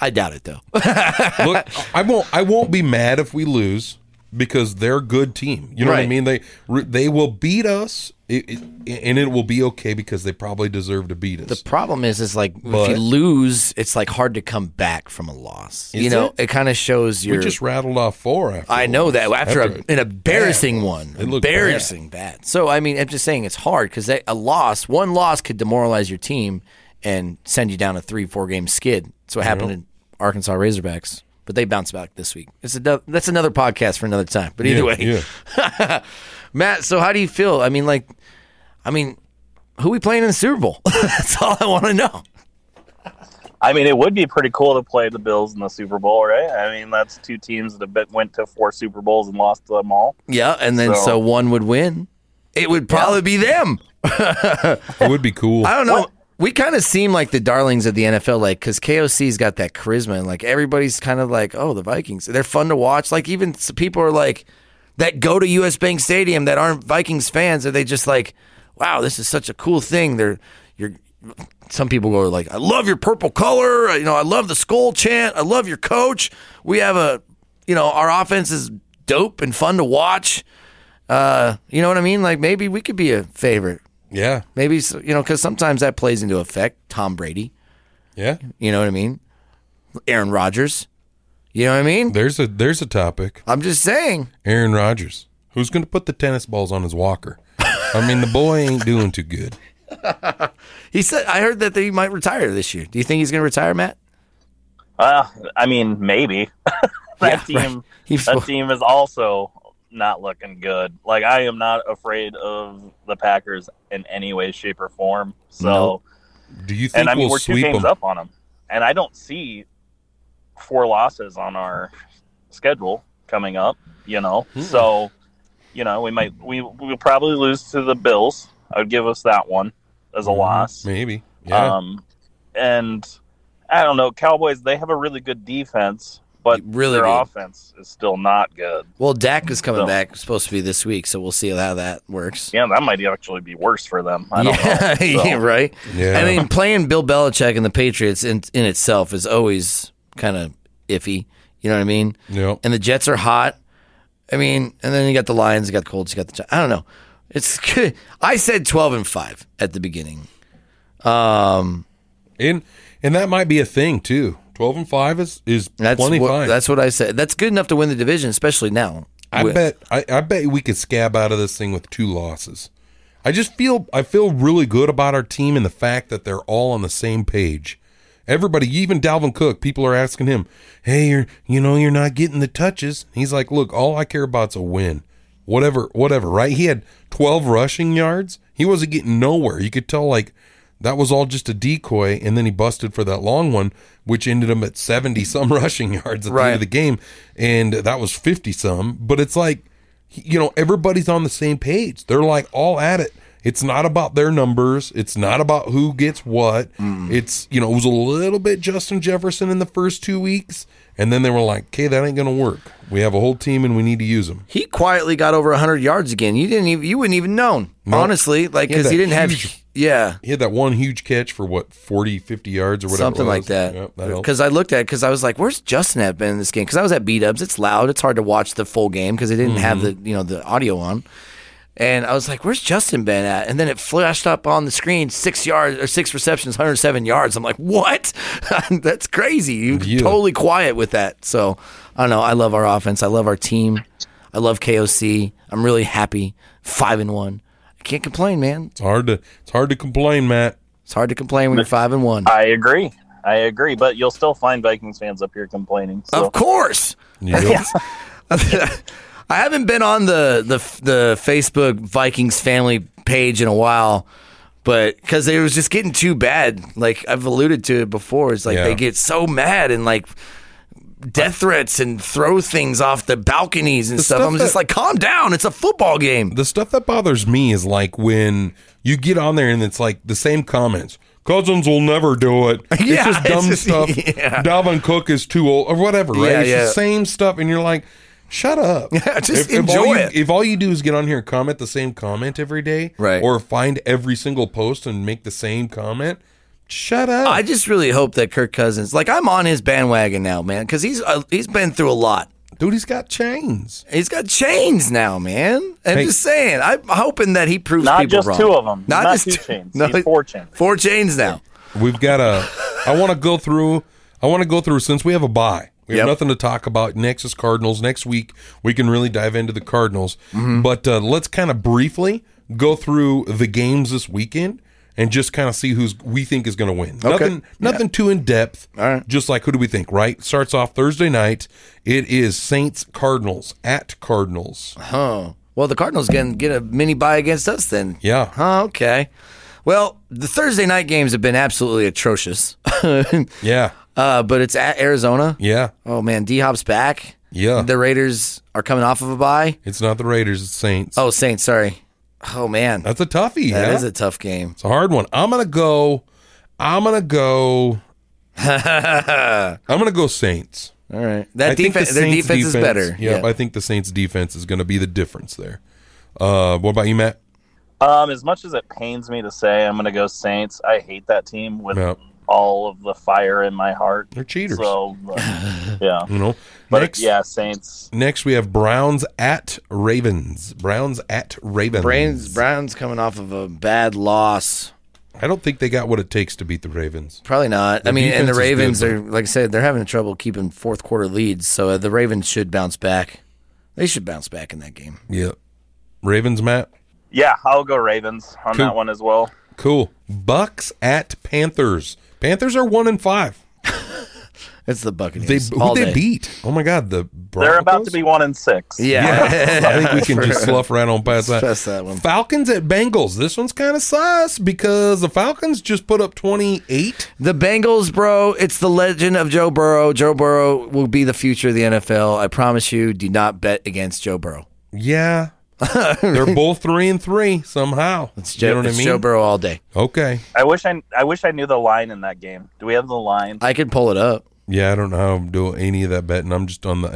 Speaker 5: I doubt it though.
Speaker 4: Look, I won't. I won't be mad if we lose because they're a good team. You know what I
Speaker 5: Right.
Speaker 4: mean? They they will beat us, it, it, and it will be okay because they probably deserve to beat us.
Speaker 5: the problem is, is like if you
Speaker 4: But-
Speaker 5: lose, it's like hard to come back from a loss. you
Speaker 4: Is
Speaker 5: know,
Speaker 4: it?
Speaker 5: it, kind of shows
Speaker 4: we
Speaker 5: your.
Speaker 4: just rattled off four. After
Speaker 5: I know that after a,
Speaker 4: After it-
Speaker 5: an embarrassing one,
Speaker 4: It looked
Speaker 5: embarrassing bad. So I mean, I'm just saying it's hard because a loss, one loss, could demoralize your team and send you down a three, four game skid. So what happened to Arkansas Razorbacks, but they bounced back this week. It's a dub- that's another podcast for another time. But either
Speaker 4: Yeah,
Speaker 5: way,
Speaker 4: yeah.
Speaker 5: Matt, so how do you feel? I mean, like, I mean, who we playing in the Super Bowl? That's all I want to know.
Speaker 1: I mean, it would be pretty cool to play the Bills in the Super Bowl, right? I mean, that's two teams that have been, went to four Super Bowls and lost them all.
Speaker 5: Yeah, and then so,
Speaker 1: So-
Speaker 5: one would win. It would probably be them.
Speaker 4: it would be cool.
Speaker 5: I don't know. We kind of seem like the darlings of the NFL, like because KOC's got that charisma, and like everybody's kind of like, oh, the Vikings. They're fun to watch. Like even s- people are like that go to US Bank Stadium that aren't Vikings fans. Are they just like, wow, this is such a cool thing? They're you're. Some people go like, I love your purple color. You know, I love the skull chant. I love your coach. We have a, you know, our offense is dope and fun to watch. Uh, you know what I mean? Like maybe we could be a favorite.
Speaker 4: Yeah,
Speaker 5: Maybe s- you know because sometimes that plays into effect. Tom Brady,
Speaker 4: yeah.
Speaker 5: you know what I mean? Aaron Rodgers, you know what I mean?
Speaker 4: There's a there's a topic.
Speaker 5: I'm just saying.
Speaker 4: Aaron Rodgers. Who's going to put the tennis balls on his walker? I mean, the boy ain't doing too good.
Speaker 5: He said I heard that he might retire this year. Do you think he's going to retire, Matt?
Speaker 1: Uh, I mean, maybe
Speaker 5: Yeah,
Speaker 1: that
Speaker 5: right.
Speaker 1: team.
Speaker 5: He's-
Speaker 1: That team is also not looking good. Like I am not afraid of the Packers in any way, shape, or form. So,
Speaker 5: Nope.
Speaker 4: Do you think
Speaker 1: and I mean,
Speaker 4: we'll
Speaker 1: we're two
Speaker 4: sweep
Speaker 1: games
Speaker 4: them?
Speaker 1: up on them, and I don't see four losses on our schedule coming up. You know,
Speaker 4: Hmm.
Speaker 1: so you know we might we we'll probably lose to the Bills. I would give us that one as a loss.
Speaker 4: Maybe. Hmm. Yeah.
Speaker 1: Um, and I don't know, Cowboys. They have a really good defense, but
Speaker 5: Really
Speaker 1: their
Speaker 5: good.
Speaker 1: offense is still not good.
Speaker 5: Well, Dak is coming
Speaker 1: So-
Speaker 5: back, supposed to be this week, so we'll see how that works.
Speaker 1: Yeah, that might actually be worse for them. I don't
Speaker 5: yeah,
Speaker 1: know. So,
Speaker 5: yeah, right.
Speaker 4: Yeah.
Speaker 5: I mean, playing Bill Belichick and the Patriots in, in itself is always kind of iffy. You know what I mean?
Speaker 4: Yep.
Speaker 5: And the Jets are hot. I mean, and then you got the Lions, you got the Colts, you got the. Gi- I don't know. It's good. I said twelve and five at the beginning.
Speaker 4: And and that might be a thing too. Twelve and five is is
Speaker 5: That's
Speaker 4: plenty
Speaker 5: what,
Speaker 4: fine.
Speaker 5: that's what I said. That's good enough to win the division, especially now.
Speaker 4: I
Speaker 5: With-
Speaker 4: bet I, I bet we could scab out of this thing with two losses. I just feel I feel really good about our team and the fact that they're all on the same page. Everybody, even Dalvin Cook, people are asking him, "Hey, you're you know you're not getting the touches." He's like, "Look, all I care about's a win, whatever, whatever." Right? He had 12 rushing yards. He wasn't getting nowhere. You could tell like that was all just a decoy, and then he busted for that long one, which ended him at 70 some rushing yards at the end
Speaker 5: Right.
Speaker 4: of the game, and that was 50 some. But it's like, you know, everybody's on the same page. They're like all at it. It's not about their numbers. It's not about who gets what.
Speaker 5: Mm.
Speaker 4: It's, you know, it was a little bit Justin Jefferson in the first two weeks. And then they were like, okay, that ain't going to work. We have a whole team and we need to use them.
Speaker 5: he quietly got over 100 yards again. You didn't even you wouldn't even known.
Speaker 4: Nope.
Speaker 5: Honestly, like
Speaker 4: He had
Speaker 5: cuz he
Speaker 4: that
Speaker 5: didn't have
Speaker 4: huge-
Speaker 5: yeah,
Speaker 4: He had that one huge catch for what, 40, 50 yards or whatever. it
Speaker 5: something like
Speaker 4: was.
Speaker 5: that. Uh,
Speaker 4: Yep, that helped.
Speaker 5: Cuz I looked at cuz I was like, "Where's Justin at been in this game?" Cuz I was at B-dubs. It's loud. It's hard to watch the full game cuz they didn't have
Speaker 4: Mm-hmm.
Speaker 5: the, you know, the audio on. And I was like, "Where's Justin been at?" And then it flashed up on the screen, six yards or six receptions, 107 yards. I'm like, "What? That's crazy! You
Speaker 4: Yeah.
Speaker 5: totally quiet with that." So I don't know. I love our offense. I love our team. I love KOC. I'm really happy. Five and one. I can't complain, man.
Speaker 4: It's hard to it's hard to complain, Matt.
Speaker 5: It's hard to complain when you're five and one.
Speaker 1: I agree. I agree, but you'll still find Vikings fans up here complaining. So.
Speaker 5: Of course.
Speaker 4: Yep.
Speaker 5: I haven't been on the the the Facebook Vikings family page in a while, but because it was just getting too bad. Like I've alluded to it before, it's like
Speaker 4: Yeah.
Speaker 5: they get so mad and like death threats and throw things off the balconies and stuff.
Speaker 4: stuff
Speaker 5: I'm just
Speaker 4: that-
Speaker 5: like, calm down. It's a football game.
Speaker 4: the stuff that bothers me is like when you get on there and it's like the same comments. Cousins will never do it. it's
Speaker 5: Yeah,
Speaker 4: just
Speaker 5: it's
Speaker 4: dumb
Speaker 5: just-
Speaker 4: stuff.
Speaker 5: yeah.
Speaker 4: Dalvin Cook is too old or whatever, right?
Speaker 5: Yeah,
Speaker 4: it's
Speaker 5: yeah.
Speaker 4: the same stuff and you're like, shut up.
Speaker 5: Yeah, just
Speaker 4: all
Speaker 5: enjoy
Speaker 4: you-
Speaker 5: it.
Speaker 4: If all you do is get on here and comment the same comment every day
Speaker 5: Right.
Speaker 4: or find every single post and make the same comment, shut up.
Speaker 5: I just really hope that Kirk Cousins, like I'm on his bandwagon now, man, because he's uh, he's been through a lot.
Speaker 4: Dude, he's got chains.
Speaker 5: He's got chains now, man. I'm
Speaker 4: Hey.
Speaker 5: just saying. I'm hoping that he proves
Speaker 1: Not
Speaker 5: people
Speaker 1: just
Speaker 5: wrong.
Speaker 1: two of 'em. Not two
Speaker 5: t-
Speaker 1: chains. He's four chains.
Speaker 5: Four chains now.
Speaker 4: We've got a. I want to go through. I want to go through since we have a bye. We have
Speaker 5: Yep.
Speaker 4: nothing to talk about. Next is Cardinals. Next week we can really dive into the Cardinals.
Speaker 5: Mm-hmm.
Speaker 4: But uh, let's kind of briefly go through the games this weekend and just kind of see who's we think is going to win. Nothing, nothing too in depth. All
Speaker 5: right.
Speaker 4: Just like who do we think? Right. Starts off Thursday night. It is Saints Cardinals at Cardinals.
Speaker 5: Oh. Well, the Cardinals can get a mini buy against us then.
Speaker 4: Yeah.
Speaker 5: Oh, okay. Well, the Thursday night games have been absolutely atrocious. uh,
Speaker 4: Yeah.
Speaker 5: but it's at Arizona.
Speaker 4: Yeah.
Speaker 5: Oh, man. D Hop's back.
Speaker 4: Yeah.
Speaker 5: The Raiders are coming off of a bye.
Speaker 4: It's not the Raiders. It's Saints.
Speaker 5: Oh, Saints, sorry. Oh, man.
Speaker 4: That's a toughie.
Speaker 5: That
Speaker 4: yeah?
Speaker 5: is a tough game.
Speaker 4: It's a hard one. I'm gonna go. I'm gonna go. I'm gonna go Saints.
Speaker 5: All right. That
Speaker 4: think
Speaker 5: defense, their
Speaker 4: Saints
Speaker 5: defense, is better.
Speaker 4: Yep, I think the Saints defense is gonna be the difference there. Uh, what about you, Matt?
Speaker 1: Um, as much as it pains me to say, I'm going to go Saints. I hate that team with
Speaker 4: Yep.
Speaker 1: all of the fire in my heart.
Speaker 4: They're cheaters.
Speaker 1: So, but, yeah,
Speaker 4: You know.
Speaker 1: but
Speaker 4: next,
Speaker 1: yeah, Saints.
Speaker 4: next we have Browns at Ravens. Browns at Ravens.
Speaker 5: Browns, Browns coming off of a bad loss.
Speaker 4: I don't think they got what it takes to beat the Ravens.
Speaker 5: Probably not. I mean, and the
Speaker 4: defense is good,
Speaker 5: Ravens
Speaker 4: but-
Speaker 5: are like I said, they're having trouble keeping fourth quarter leads. So uh, the Ravens should bounce back. They should bounce back in that game.
Speaker 4: Yep. Ravens, Matt.
Speaker 1: Yeah, I'll go Ravens on
Speaker 4: Cool.
Speaker 1: that one as well.
Speaker 4: Cool. Bucks at Panthers. Panthers are one and five.
Speaker 5: It's the
Speaker 4: They
Speaker 5: Buccaneers.
Speaker 4: who
Speaker 5: all
Speaker 4: they
Speaker 5: day.
Speaker 4: beat? Oh my God, the
Speaker 1: They're about to
Speaker 4: Broncos?
Speaker 1: be one and six.
Speaker 5: Yeah.
Speaker 4: I think we can just slough right on past that.
Speaker 5: Stress that one.
Speaker 4: Falcons at Bengals. This one's kind of sus because the Falcons just put up 28.
Speaker 5: the Bengals, bro. It's the legend of Joe Burrow. Joe Burrow will be the future of the NFL. I promise you. Do not bet against Joe Burrow.
Speaker 4: Yeah. They're both three and three somehow.
Speaker 5: It's Joe, it's Joe Burrow all day.
Speaker 4: Okay.
Speaker 1: I wish I I wish I knew the line in that game. Do we have the line?
Speaker 5: I could pull it up.
Speaker 4: Yeah, I don't know how I'm doing any of that betting. I'm just on the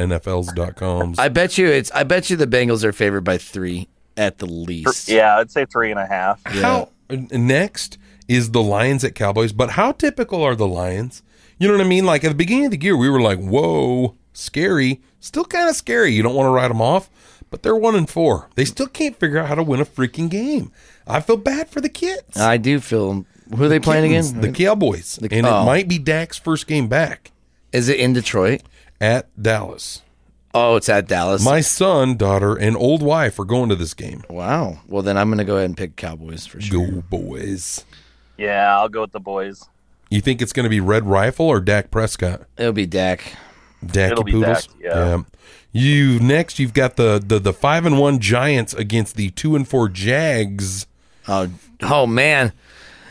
Speaker 4: NFLs.coms.
Speaker 5: I bet you it's. I bet you the Bengals are favored by three at the least.
Speaker 1: Yeah, I'd say three and a half.
Speaker 4: How next is the Lions at Cowboys, but how typical are the Lions? You know what I mean? Like at the beginning of the year, we were like, "Whoa, scary!" Still kind of scary. You don't want to write them off, but they're one and four. They still can't figure out how to win a freaking game. I feel bad for the kids.
Speaker 5: I do feel. Who are they playing
Speaker 4: Kittens,
Speaker 5: again?
Speaker 4: The Cowboys, and
Speaker 5: oh.
Speaker 4: it might be Dak's first game back
Speaker 5: Is it in Detroit?
Speaker 4: at Dallas.
Speaker 5: Oh, it's at Dallas.
Speaker 4: My son, daughter, and old wife are going to this game.
Speaker 5: wow. Well, then I'm going to go ahead and pick Cowboys for sure.
Speaker 4: Go boys!
Speaker 1: Yeah, I'll go with the boys.
Speaker 4: You think it's going to be Red Rifle or Dak Prescott?
Speaker 5: It'll be Dak.
Speaker 4: Dacky
Speaker 1: It'll be
Speaker 4: Poodles.
Speaker 1: Dak, yeah.
Speaker 4: You next. You've got the, the the five and one Giants against the two and four Jags.
Speaker 5: Oh, oh man,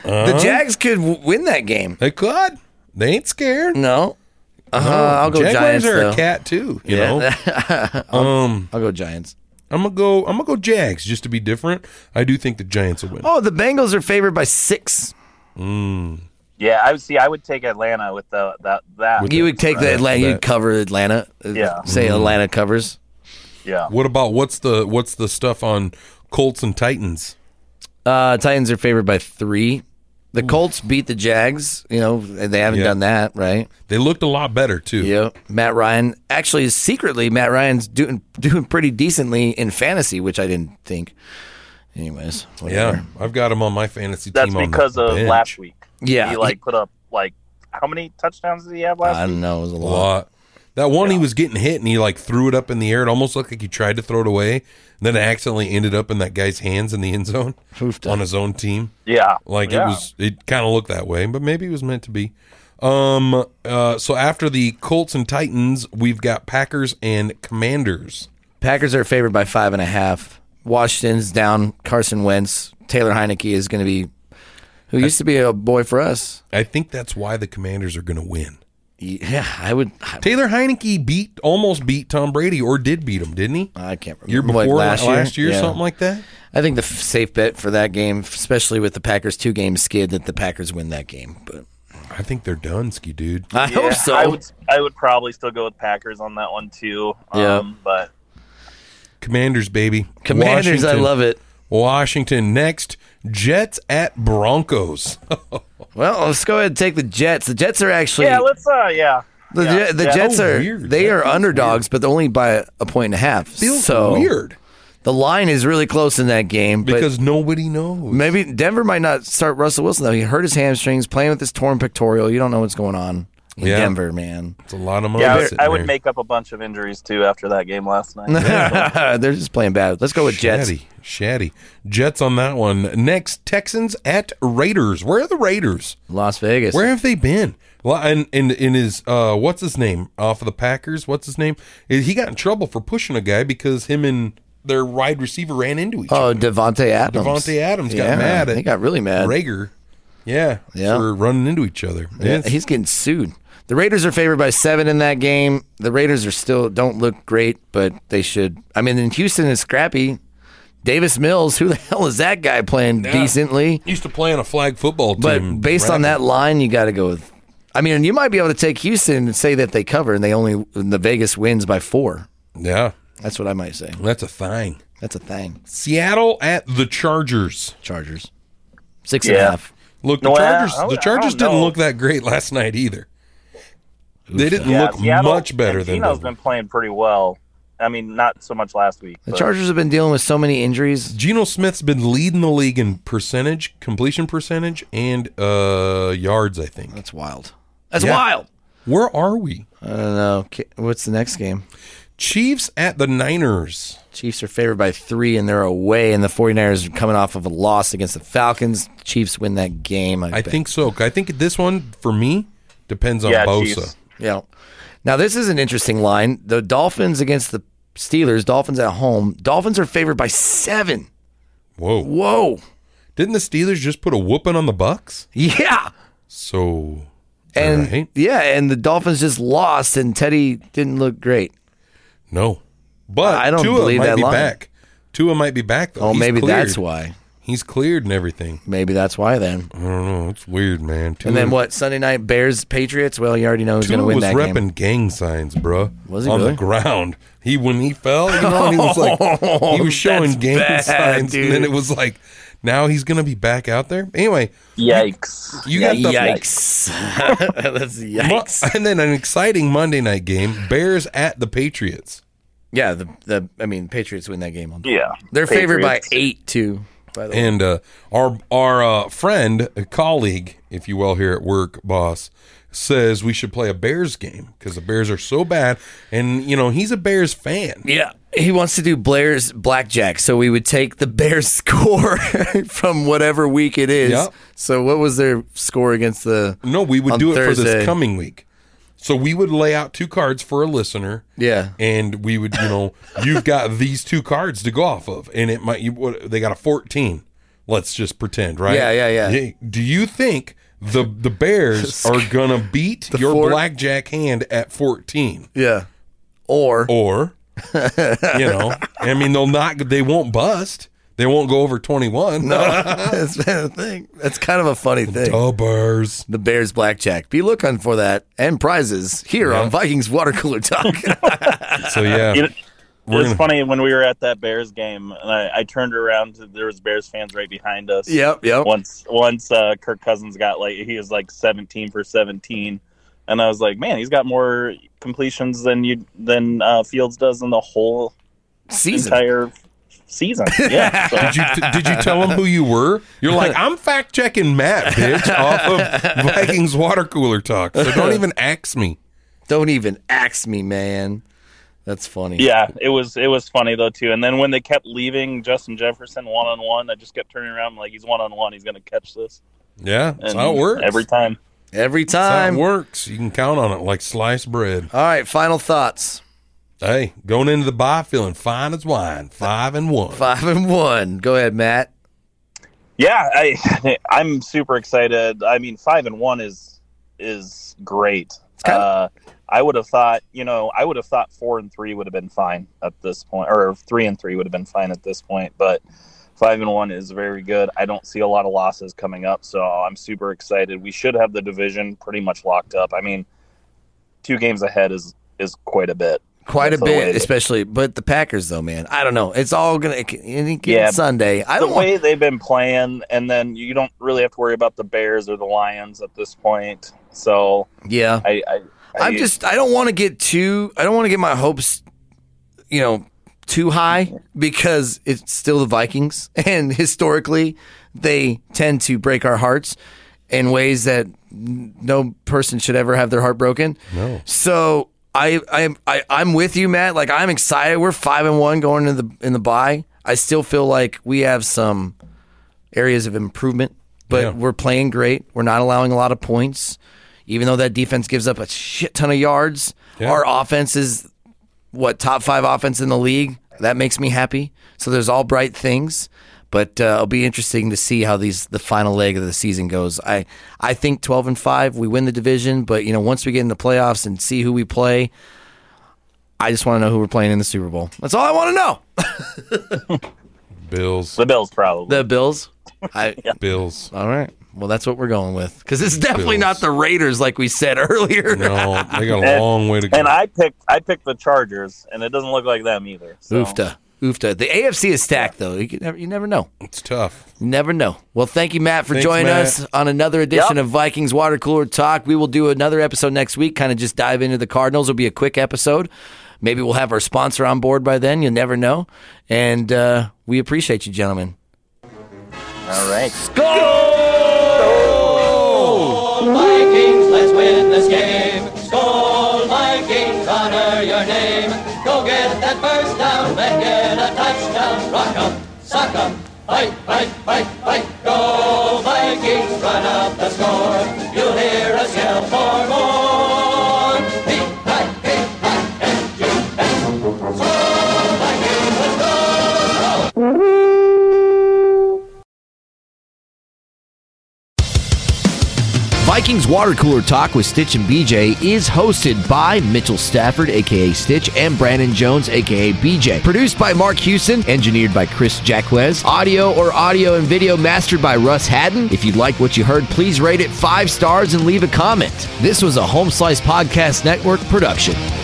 Speaker 5: the Jags could w- win that game.
Speaker 4: They could. They ain't scared.
Speaker 5: No, uh, I'll go
Speaker 4: Jaguars
Speaker 5: Giants.
Speaker 4: are
Speaker 5: though. Um,
Speaker 4: a cat too. You know.
Speaker 5: I'll go Giants.
Speaker 4: I'm gonna go. I'm gonna go Jags just to be different. I do think the Giants will win.
Speaker 5: Oh, the Bengals are favored by six.
Speaker 1: Yeah, I would see. I would take Atlanta with the that that.
Speaker 5: You would take the Atlanta. You'd cover Atlanta. Uh,
Speaker 1: Yeah.
Speaker 5: Say Atlanta covers.
Speaker 1: yeah,
Speaker 4: What about what's the what's the stuff on Colts and Titans?
Speaker 5: Uh, Titans are favored by three. The Colts beat the Jags. You know they haven't
Speaker 4: Yeah.
Speaker 5: done that, right?
Speaker 4: They looked a lot better too.
Speaker 5: Yep. Matt Ryan actually secretly Matt Ryan's doing doing pretty decently in fantasy, which I didn't think. Anyways, whatever.
Speaker 4: Yeah, I've got them on my fantasy
Speaker 1: that's
Speaker 4: team. on the
Speaker 1: because of
Speaker 4: bench.
Speaker 1: last week.
Speaker 5: Yeah.
Speaker 1: he like put up like how many touchdowns did he have last
Speaker 5: I
Speaker 1: week?
Speaker 5: don't know. It was a
Speaker 4: a
Speaker 5: lot.
Speaker 4: lot. That one he was getting hit and he like threw it up in the air. It almost looked like he tried to throw it away. And then it accidentally ended up in that guy's hands in the end zone
Speaker 5: Hoofed
Speaker 4: on his own team.
Speaker 1: Yeah,
Speaker 4: Like
Speaker 1: Yeah.
Speaker 4: it was it kind of looked that way, but maybe it was meant to be. Um uh so after the Colts and Titans, we've got Packers and Commanders.
Speaker 5: Packers are favored by five and a half. Washington's down. Carson Wentz. Taylor Heineke is going to be, who used to be a boy for us.
Speaker 4: I think that's why the Commanders are going to win.
Speaker 5: Yeah, I would. I,
Speaker 4: Taylor Heineke beat almost beat Tom Brady or did beat him, didn't he?
Speaker 5: I can't remember.
Speaker 4: Year before
Speaker 5: Like
Speaker 4: last, year,
Speaker 5: Yeah.
Speaker 4: something like that.
Speaker 5: I think the f- safe bet for that game, especially with the Packers two game skid, that the Packers win that game. But
Speaker 4: I think they're done, ski dude.
Speaker 5: I
Speaker 1: Yeah,
Speaker 5: hope so.
Speaker 1: I would I would probably still go with Packers on that one too.
Speaker 5: Yeah.
Speaker 1: um, but
Speaker 4: Commanders, baby.
Speaker 5: Commanders, I
Speaker 4: Washington.
Speaker 5: love it.
Speaker 4: Washington next. Jets at Broncos.
Speaker 5: Well, let's go ahead and take the Jets. The Jets are actually
Speaker 1: yeah, let's uh, yeah,
Speaker 5: the,
Speaker 1: yeah,
Speaker 5: Je- the
Speaker 1: yeah.
Speaker 5: Jets
Speaker 4: Oh,
Speaker 5: are
Speaker 4: weird.
Speaker 5: they
Speaker 4: That
Speaker 5: are
Speaker 4: feels
Speaker 5: underdogs, but only by a point and a half.
Speaker 4: Feels
Speaker 5: so
Speaker 4: weird
Speaker 5: the line is really close in that game. But
Speaker 4: because nobody knows.
Speaker 5: Maybe Denver might not start Russell Wilson though. He hurt his hamstrings playing with his torn pectoral. You don't know what's going on in
Speaker 4: Yeah.
Speaker 5: Denver, man.
Speaker 4: It's a lot of money.
Speaker 1: yeah. I would,
Speaker 4: sitting
Speaker 1: I would
Speaker 4: there.
Speaker 1: make up a bunch of injuries too after that game last night.
Speaker 5: They're just playing bad. Let's go with Jets.
Speaker 4: Shatty, shatty. Jets on that one. Next, Texans at Raiders. Where are the Raiders?
Speaker 5: Las Vegas.
Speaker 4: Where have they been? Well, and and and his uh, what's his name off of the Packers? What's his name? He got in trouble for pushing a guy because him and their wide receiver ran into each other.
Speaker 5: Oh, Devontae Adams.
Speaker 4: Devontae Adams got
Speaker 5: Yeah,
Speaker 4: mad. At
Speaker 5: he got really mad.
Speaker 4: Rager. Yeah,
Speaker 5: Yeah.
Speaker 4: for running into each other.
Speaker 5: Yeah,
Speaker 4: It's-
Speaker 5: he's getting sued. The Raiders are favored by seven in that game. The Raiders are still don't look great, but they should. I mean, in Houston is scrappy. Davis Mills, who the hell is that guy playing decently?
Speaker 4: used to play on a flag football
Speaker 5: But
Speaker 4: team.
Speaker 5: based on that line, you got to go with. I mean, and you might be able to take Houston and say that they cover, and they only and the Vegas wins by four.
Speaker 4: yeah,
Speaker 5: That's what I might say.
Speaker 4: that's a thing.
Speaker 5: That's a thing.
Speaker 4: Seattle at the Chargers.
Speaker 5: Chargers, six and a
Speaker 1: Yeah.
Speaker 5: half.
Speaker 4: Look, the
Speaker 1: No, I-
Speaker 4: Chargers.
Speaker 1: I-
Speaker 4: the
Speaker 1: I
Speaker 4: Chargers
Speaker 1: don't
Speaker 4: didn't
Speaker 1: know.
Speaker 4: look that great last night either. They didn't
Speaker 1: Yeah,
Speaker 4: look
Speaker 1: Seattle-
Speaker 4: much better
Speaker 1: and
Speaker 4: than
Speaker 1: Geno's
Speaker 4: Denver.
Speaker 1: been playing pretty well. I mean, not so much last week.
Speaker 5: The
Speaker 1: but-
Speaker 5: Chargers have been dealing with so many injuries.
Speaker 4: Geno Smith's been leading the league in percentage, completion percentage, and uh, yards. I think.
Speaker 5: That's wild. That's
Speaker 4: Yeah.
Speaker 5: wild.
Speaker 4: Where are we?
Speaker 5: I don't know. Ki- What's the next game?
Speaker 4: Chiefs at the Niners.
Speaker 5: Chiefs are favored by three, and they're away. And the 49ers are coming off of a loss against the Falcons. Chiefs win that game. I,
Speaker 4: I
Speaker 5: bet.
Speaker 4: think so. I think this one for me depends on
Speaker 1: Yeah,
Speaker 4: Bosa.
Speaker 1: Chiefs.
Speaker 5: Yeah. Now this is an interesting line. The Dolphins against the Steelers. Dolphins at home. Dolphins are favored by seven.
Speaker 4: Whoa!
Speaker 5: Whoa.
Speaker 4: Didn't the Steelers just put a whooping on the Bucks?
Speaker 5: Yeah.
Speaker 4: So,
Speaker 5: And
Speaker 4: Alright.
Speaker 5: yeah, and the Dolphins just lost, and Teddy didn't look great.
Speaker 4: no, but
Speaker 5: I don't
Speaker 4: Tua
Speaker 5: believe
Speaker 4: might
Speaker 5: that
Speaker 4: be
Speaker 5: line.
Speaker 4: back. Tua might be back though.
Speaker 5: Oh,
Speaker 4: He's
Speaker 5: maybe
Speaker 4: cleared.
Speaker 5: that's why.
Speaker 4: he's cleared and everything.
Speaker 5: Maybe that's why then.
Speaker 4: I don't know. It's weird, man. Tua,
Speaker 5: And then what? Sunday night Bears Patriots. Well, you already know who's going
Speaker 4: Mm. Tua
Speaker 5: to win
Speaker 4: was
Speaker 5: that
Speaker 4: repping
Speaker 5: game.
Speaker 4: gang signs, bruh.
Speaker 5: Was he
Speaker 4: on
Speaker 5: really?
Speaker 4: the ground? He when he fell, you know, and he was like he was showing
Speaker 5: That's
Speaker 4: gang
Speaker 5: bad,
Speaker 4: signs,
Speaker 5: dude.
Speaker 4: and then it was like now he's gonna be back out there. Anyway,
Speaker 1: Yikes!
Speaker 4: you got the
Speaker 5: Yikes! that's
Speaker 4: Mo-
Speaker 5: yikes.
Speaker 4: and then an exciting Monday night game: Bears at the Patriots.
Speaker 5: Yeah, the the I mean Patriots win that game. On
Speaker 1: Yeah,
Speaker 5: they're favored by
Speaker 1: Patriots.
Speaker 5: eight too. By the way,
Speaker 4: And uh, our our uh, friend, a colleague, if you will, here at work, boss says we should play a Bears game because the Bears are so bad, and you know he's a Bears fan.
Speaker 5: yeah, he wants to do Blair's blackjack, so we would take the Bears score from whatever week it is.
Speaker 4: Yep.
Speaker 5: So what was their score against the?
Speaker 4: No, we would
Speaker 5: On
Speaker 4: do it for
Speaker 5: Thursday.
Speaker 4: this coming week. So we would lay out two cards for a listener.
Speaker 5: Yeah.
Speaker 4: and we would, you know, you've got these two cards to go off of, and it might you what they got a fourteen. Let's just pretend, right?
Speaker 5: Yeah, yeah, yeah.
Speaker 4: Hey, Do you think the the Bears are gonna beat your
Speaker 5: four-
Speaker 4: blackjack hand at fourteen,
Speaker 5: Yeah, or
Speaker 4: or you know, I mean, they'll not, they won't bust, they won't go over twenty one.
Speaker 5: that's been a thing. That's kind of a funny thing.
Speaker 4: Oh, Bears.
Speaker 5: The Bears blackjack. Be looking for that and prizes here on Vikings Water Cooler Talk.
Speaker 4: So yeah,
Speaker 1: You know,
Speaker 4: we're
Speaker 1: it's
Speaker 4: gonna-
Speaker 1: funny when we were at that Bears game, and I, I turned around. There was Bears fans right behind us.
Speaker 5: yep, yep.
Speaker 1: Once, once uh, Kirk Cousins got like he was like seventeen for seventeen, and I was like, man, he's got more completions than you than uh, Fields does in the whole
Speaker 5: Season.
Speaker 1: entire season. Yeah. So,
Speaker 4: Did you did you tell them who you were? You're like, I'm fact checking Matt, bitch, off of Vikings water cooler talk. So don't even ax me.
Speaker 5: Don't even axe me, man. That's funny.
Speaker 1: yeah, it was it was funny though too. And then when they kept leaving Justin Jefferson one on one, I just kept turning around like he's one on one, he's gonna catch this.
Speaker 4: Yeah, that's
Speaker 1: And
Speaker 4: how it works.
Speaker 1: every time.
Speaker 5: Every
Speaker 4: that's how
Speaker 5: time.
Speaker 4: it works. You can count on it like sliced bread.
Speaker 5: All right, final thoughts.
Speaker 4: Hey, going into the bye feeling fine as wine, five and one.
Speaker 5: Five and one. Go ahead, Matt.
Speaker 1: Yeah, I I'm super excited. I mean, five and one is is great.
Speaker 5: kinda-
Speaker 1: Uh, I would have thought, you know, I would have thought four and three would have been fine at this point, or three and three would have been fine at this point. But five and one is very good. I don't see a lot of losses coming up, so I'm super excited. We should have the division pretty much locked up. I mean, two games ahead is is quite a bit.
Speaker 5: Quite a
Speaker 1: That's the way
Speaker 5: bit,
Speaker 1: that-
Speaker 5: especially, but the Packers though, man. I don't know. It's all gonna any given
Speaker 1: Yeah.
Speaker 5: Sunday. I
Speaker 1: the
Speaker 5: don't.
Speaker 1: way they've been playing, and then you don't really have to worry about the Bears or the Lions at this point. So
Speaker 5: yeah.
Speaker 1: I, I, I
Speaker 5: I'm just I don't want to get too I don't want to get my hopes you know too high because it's still the Vikings and historically they tend to break our hearts in ways that n- no person should ever have their heart broken. No. So I I, I I'm with you Matt like I'm excited we're 5 and 1 going into the in the bye. I still feel like we have some areas of improvement, but
Speaker 4: Yeah.
Speaker 5: we're playing great. We're not allowing a lot of points, even though that defense gives up a shit ton of yards.
Speaker 4: Yeah.
Speaker 5: Our offense is what top five offense in the league. That makes me happy. So there's all bright things, but uh, it'll be interesting to see how these the final leg of the season goes. I I think 12 and five we win the division, but you know once we get in the playoffs and see who we play. I just want to know who we're playing in the Super Bowl. That's all I want to know.
Speaker 4: Bills,
Speaker 1: the Bills probably.
Speaker 5: The Bills. I,
Speaker 4: Bills.
Speaker 5: All right. Well, that's what we're going with because it's definitely
Speaker 4: Bills.
Speaker 5: not the Raiders like we said earlier.
Speaker 4: No, they got a long way to go.
Speaker 1: and I picked I picked the Chargers, and it doesn't look like them either. So.
Speaker 5: Oofta. Oofta. The AFC is stacked, though. You, can never, you never know.
Speaker 4: it's tough.
Speaker 5: You never know. Well, thank you, Matt, for
Speaker 4: Thanks,
Speaker 5: joining
Speaker 4: Matt.
Speaker 5: us on another edition
Speaker 1: Yep.
Speaker 5: of Vikings Water Cooler Talk. We will do another episode next week, kind of just dive into the Cardinals. It'll be a quick episode. Maybe we'll have our sponsor on board by then. You'll never know. And uh, we appreciate you, gentlemen.
Speaker 1: All right.
Speaker 6: Vikings, let's win this game. Score, Vikings, honor your name. Go get that first down and get a touchdown. Rock 'em, sock 'em, fight, fight, fight, fight. Go Vikings, run up the score. You'll hear us yell for more. V-I-K-I-N-G-S. Score, Vikings, let's go!
Speaker 5: Vikings Vikings Water Cooler Talk with Stitch and BJ is hosted by Mitchell Stafford, aka Stitch, and Brandon Jones, aka BJ. Produced by Mark Hewson, engineered by Chris Jacquez. Audio or audio and video mastered by Russ Haddon. If you like what you heard, please rate it five stars and leave a comment. This was a Home Slice Podcast Network production.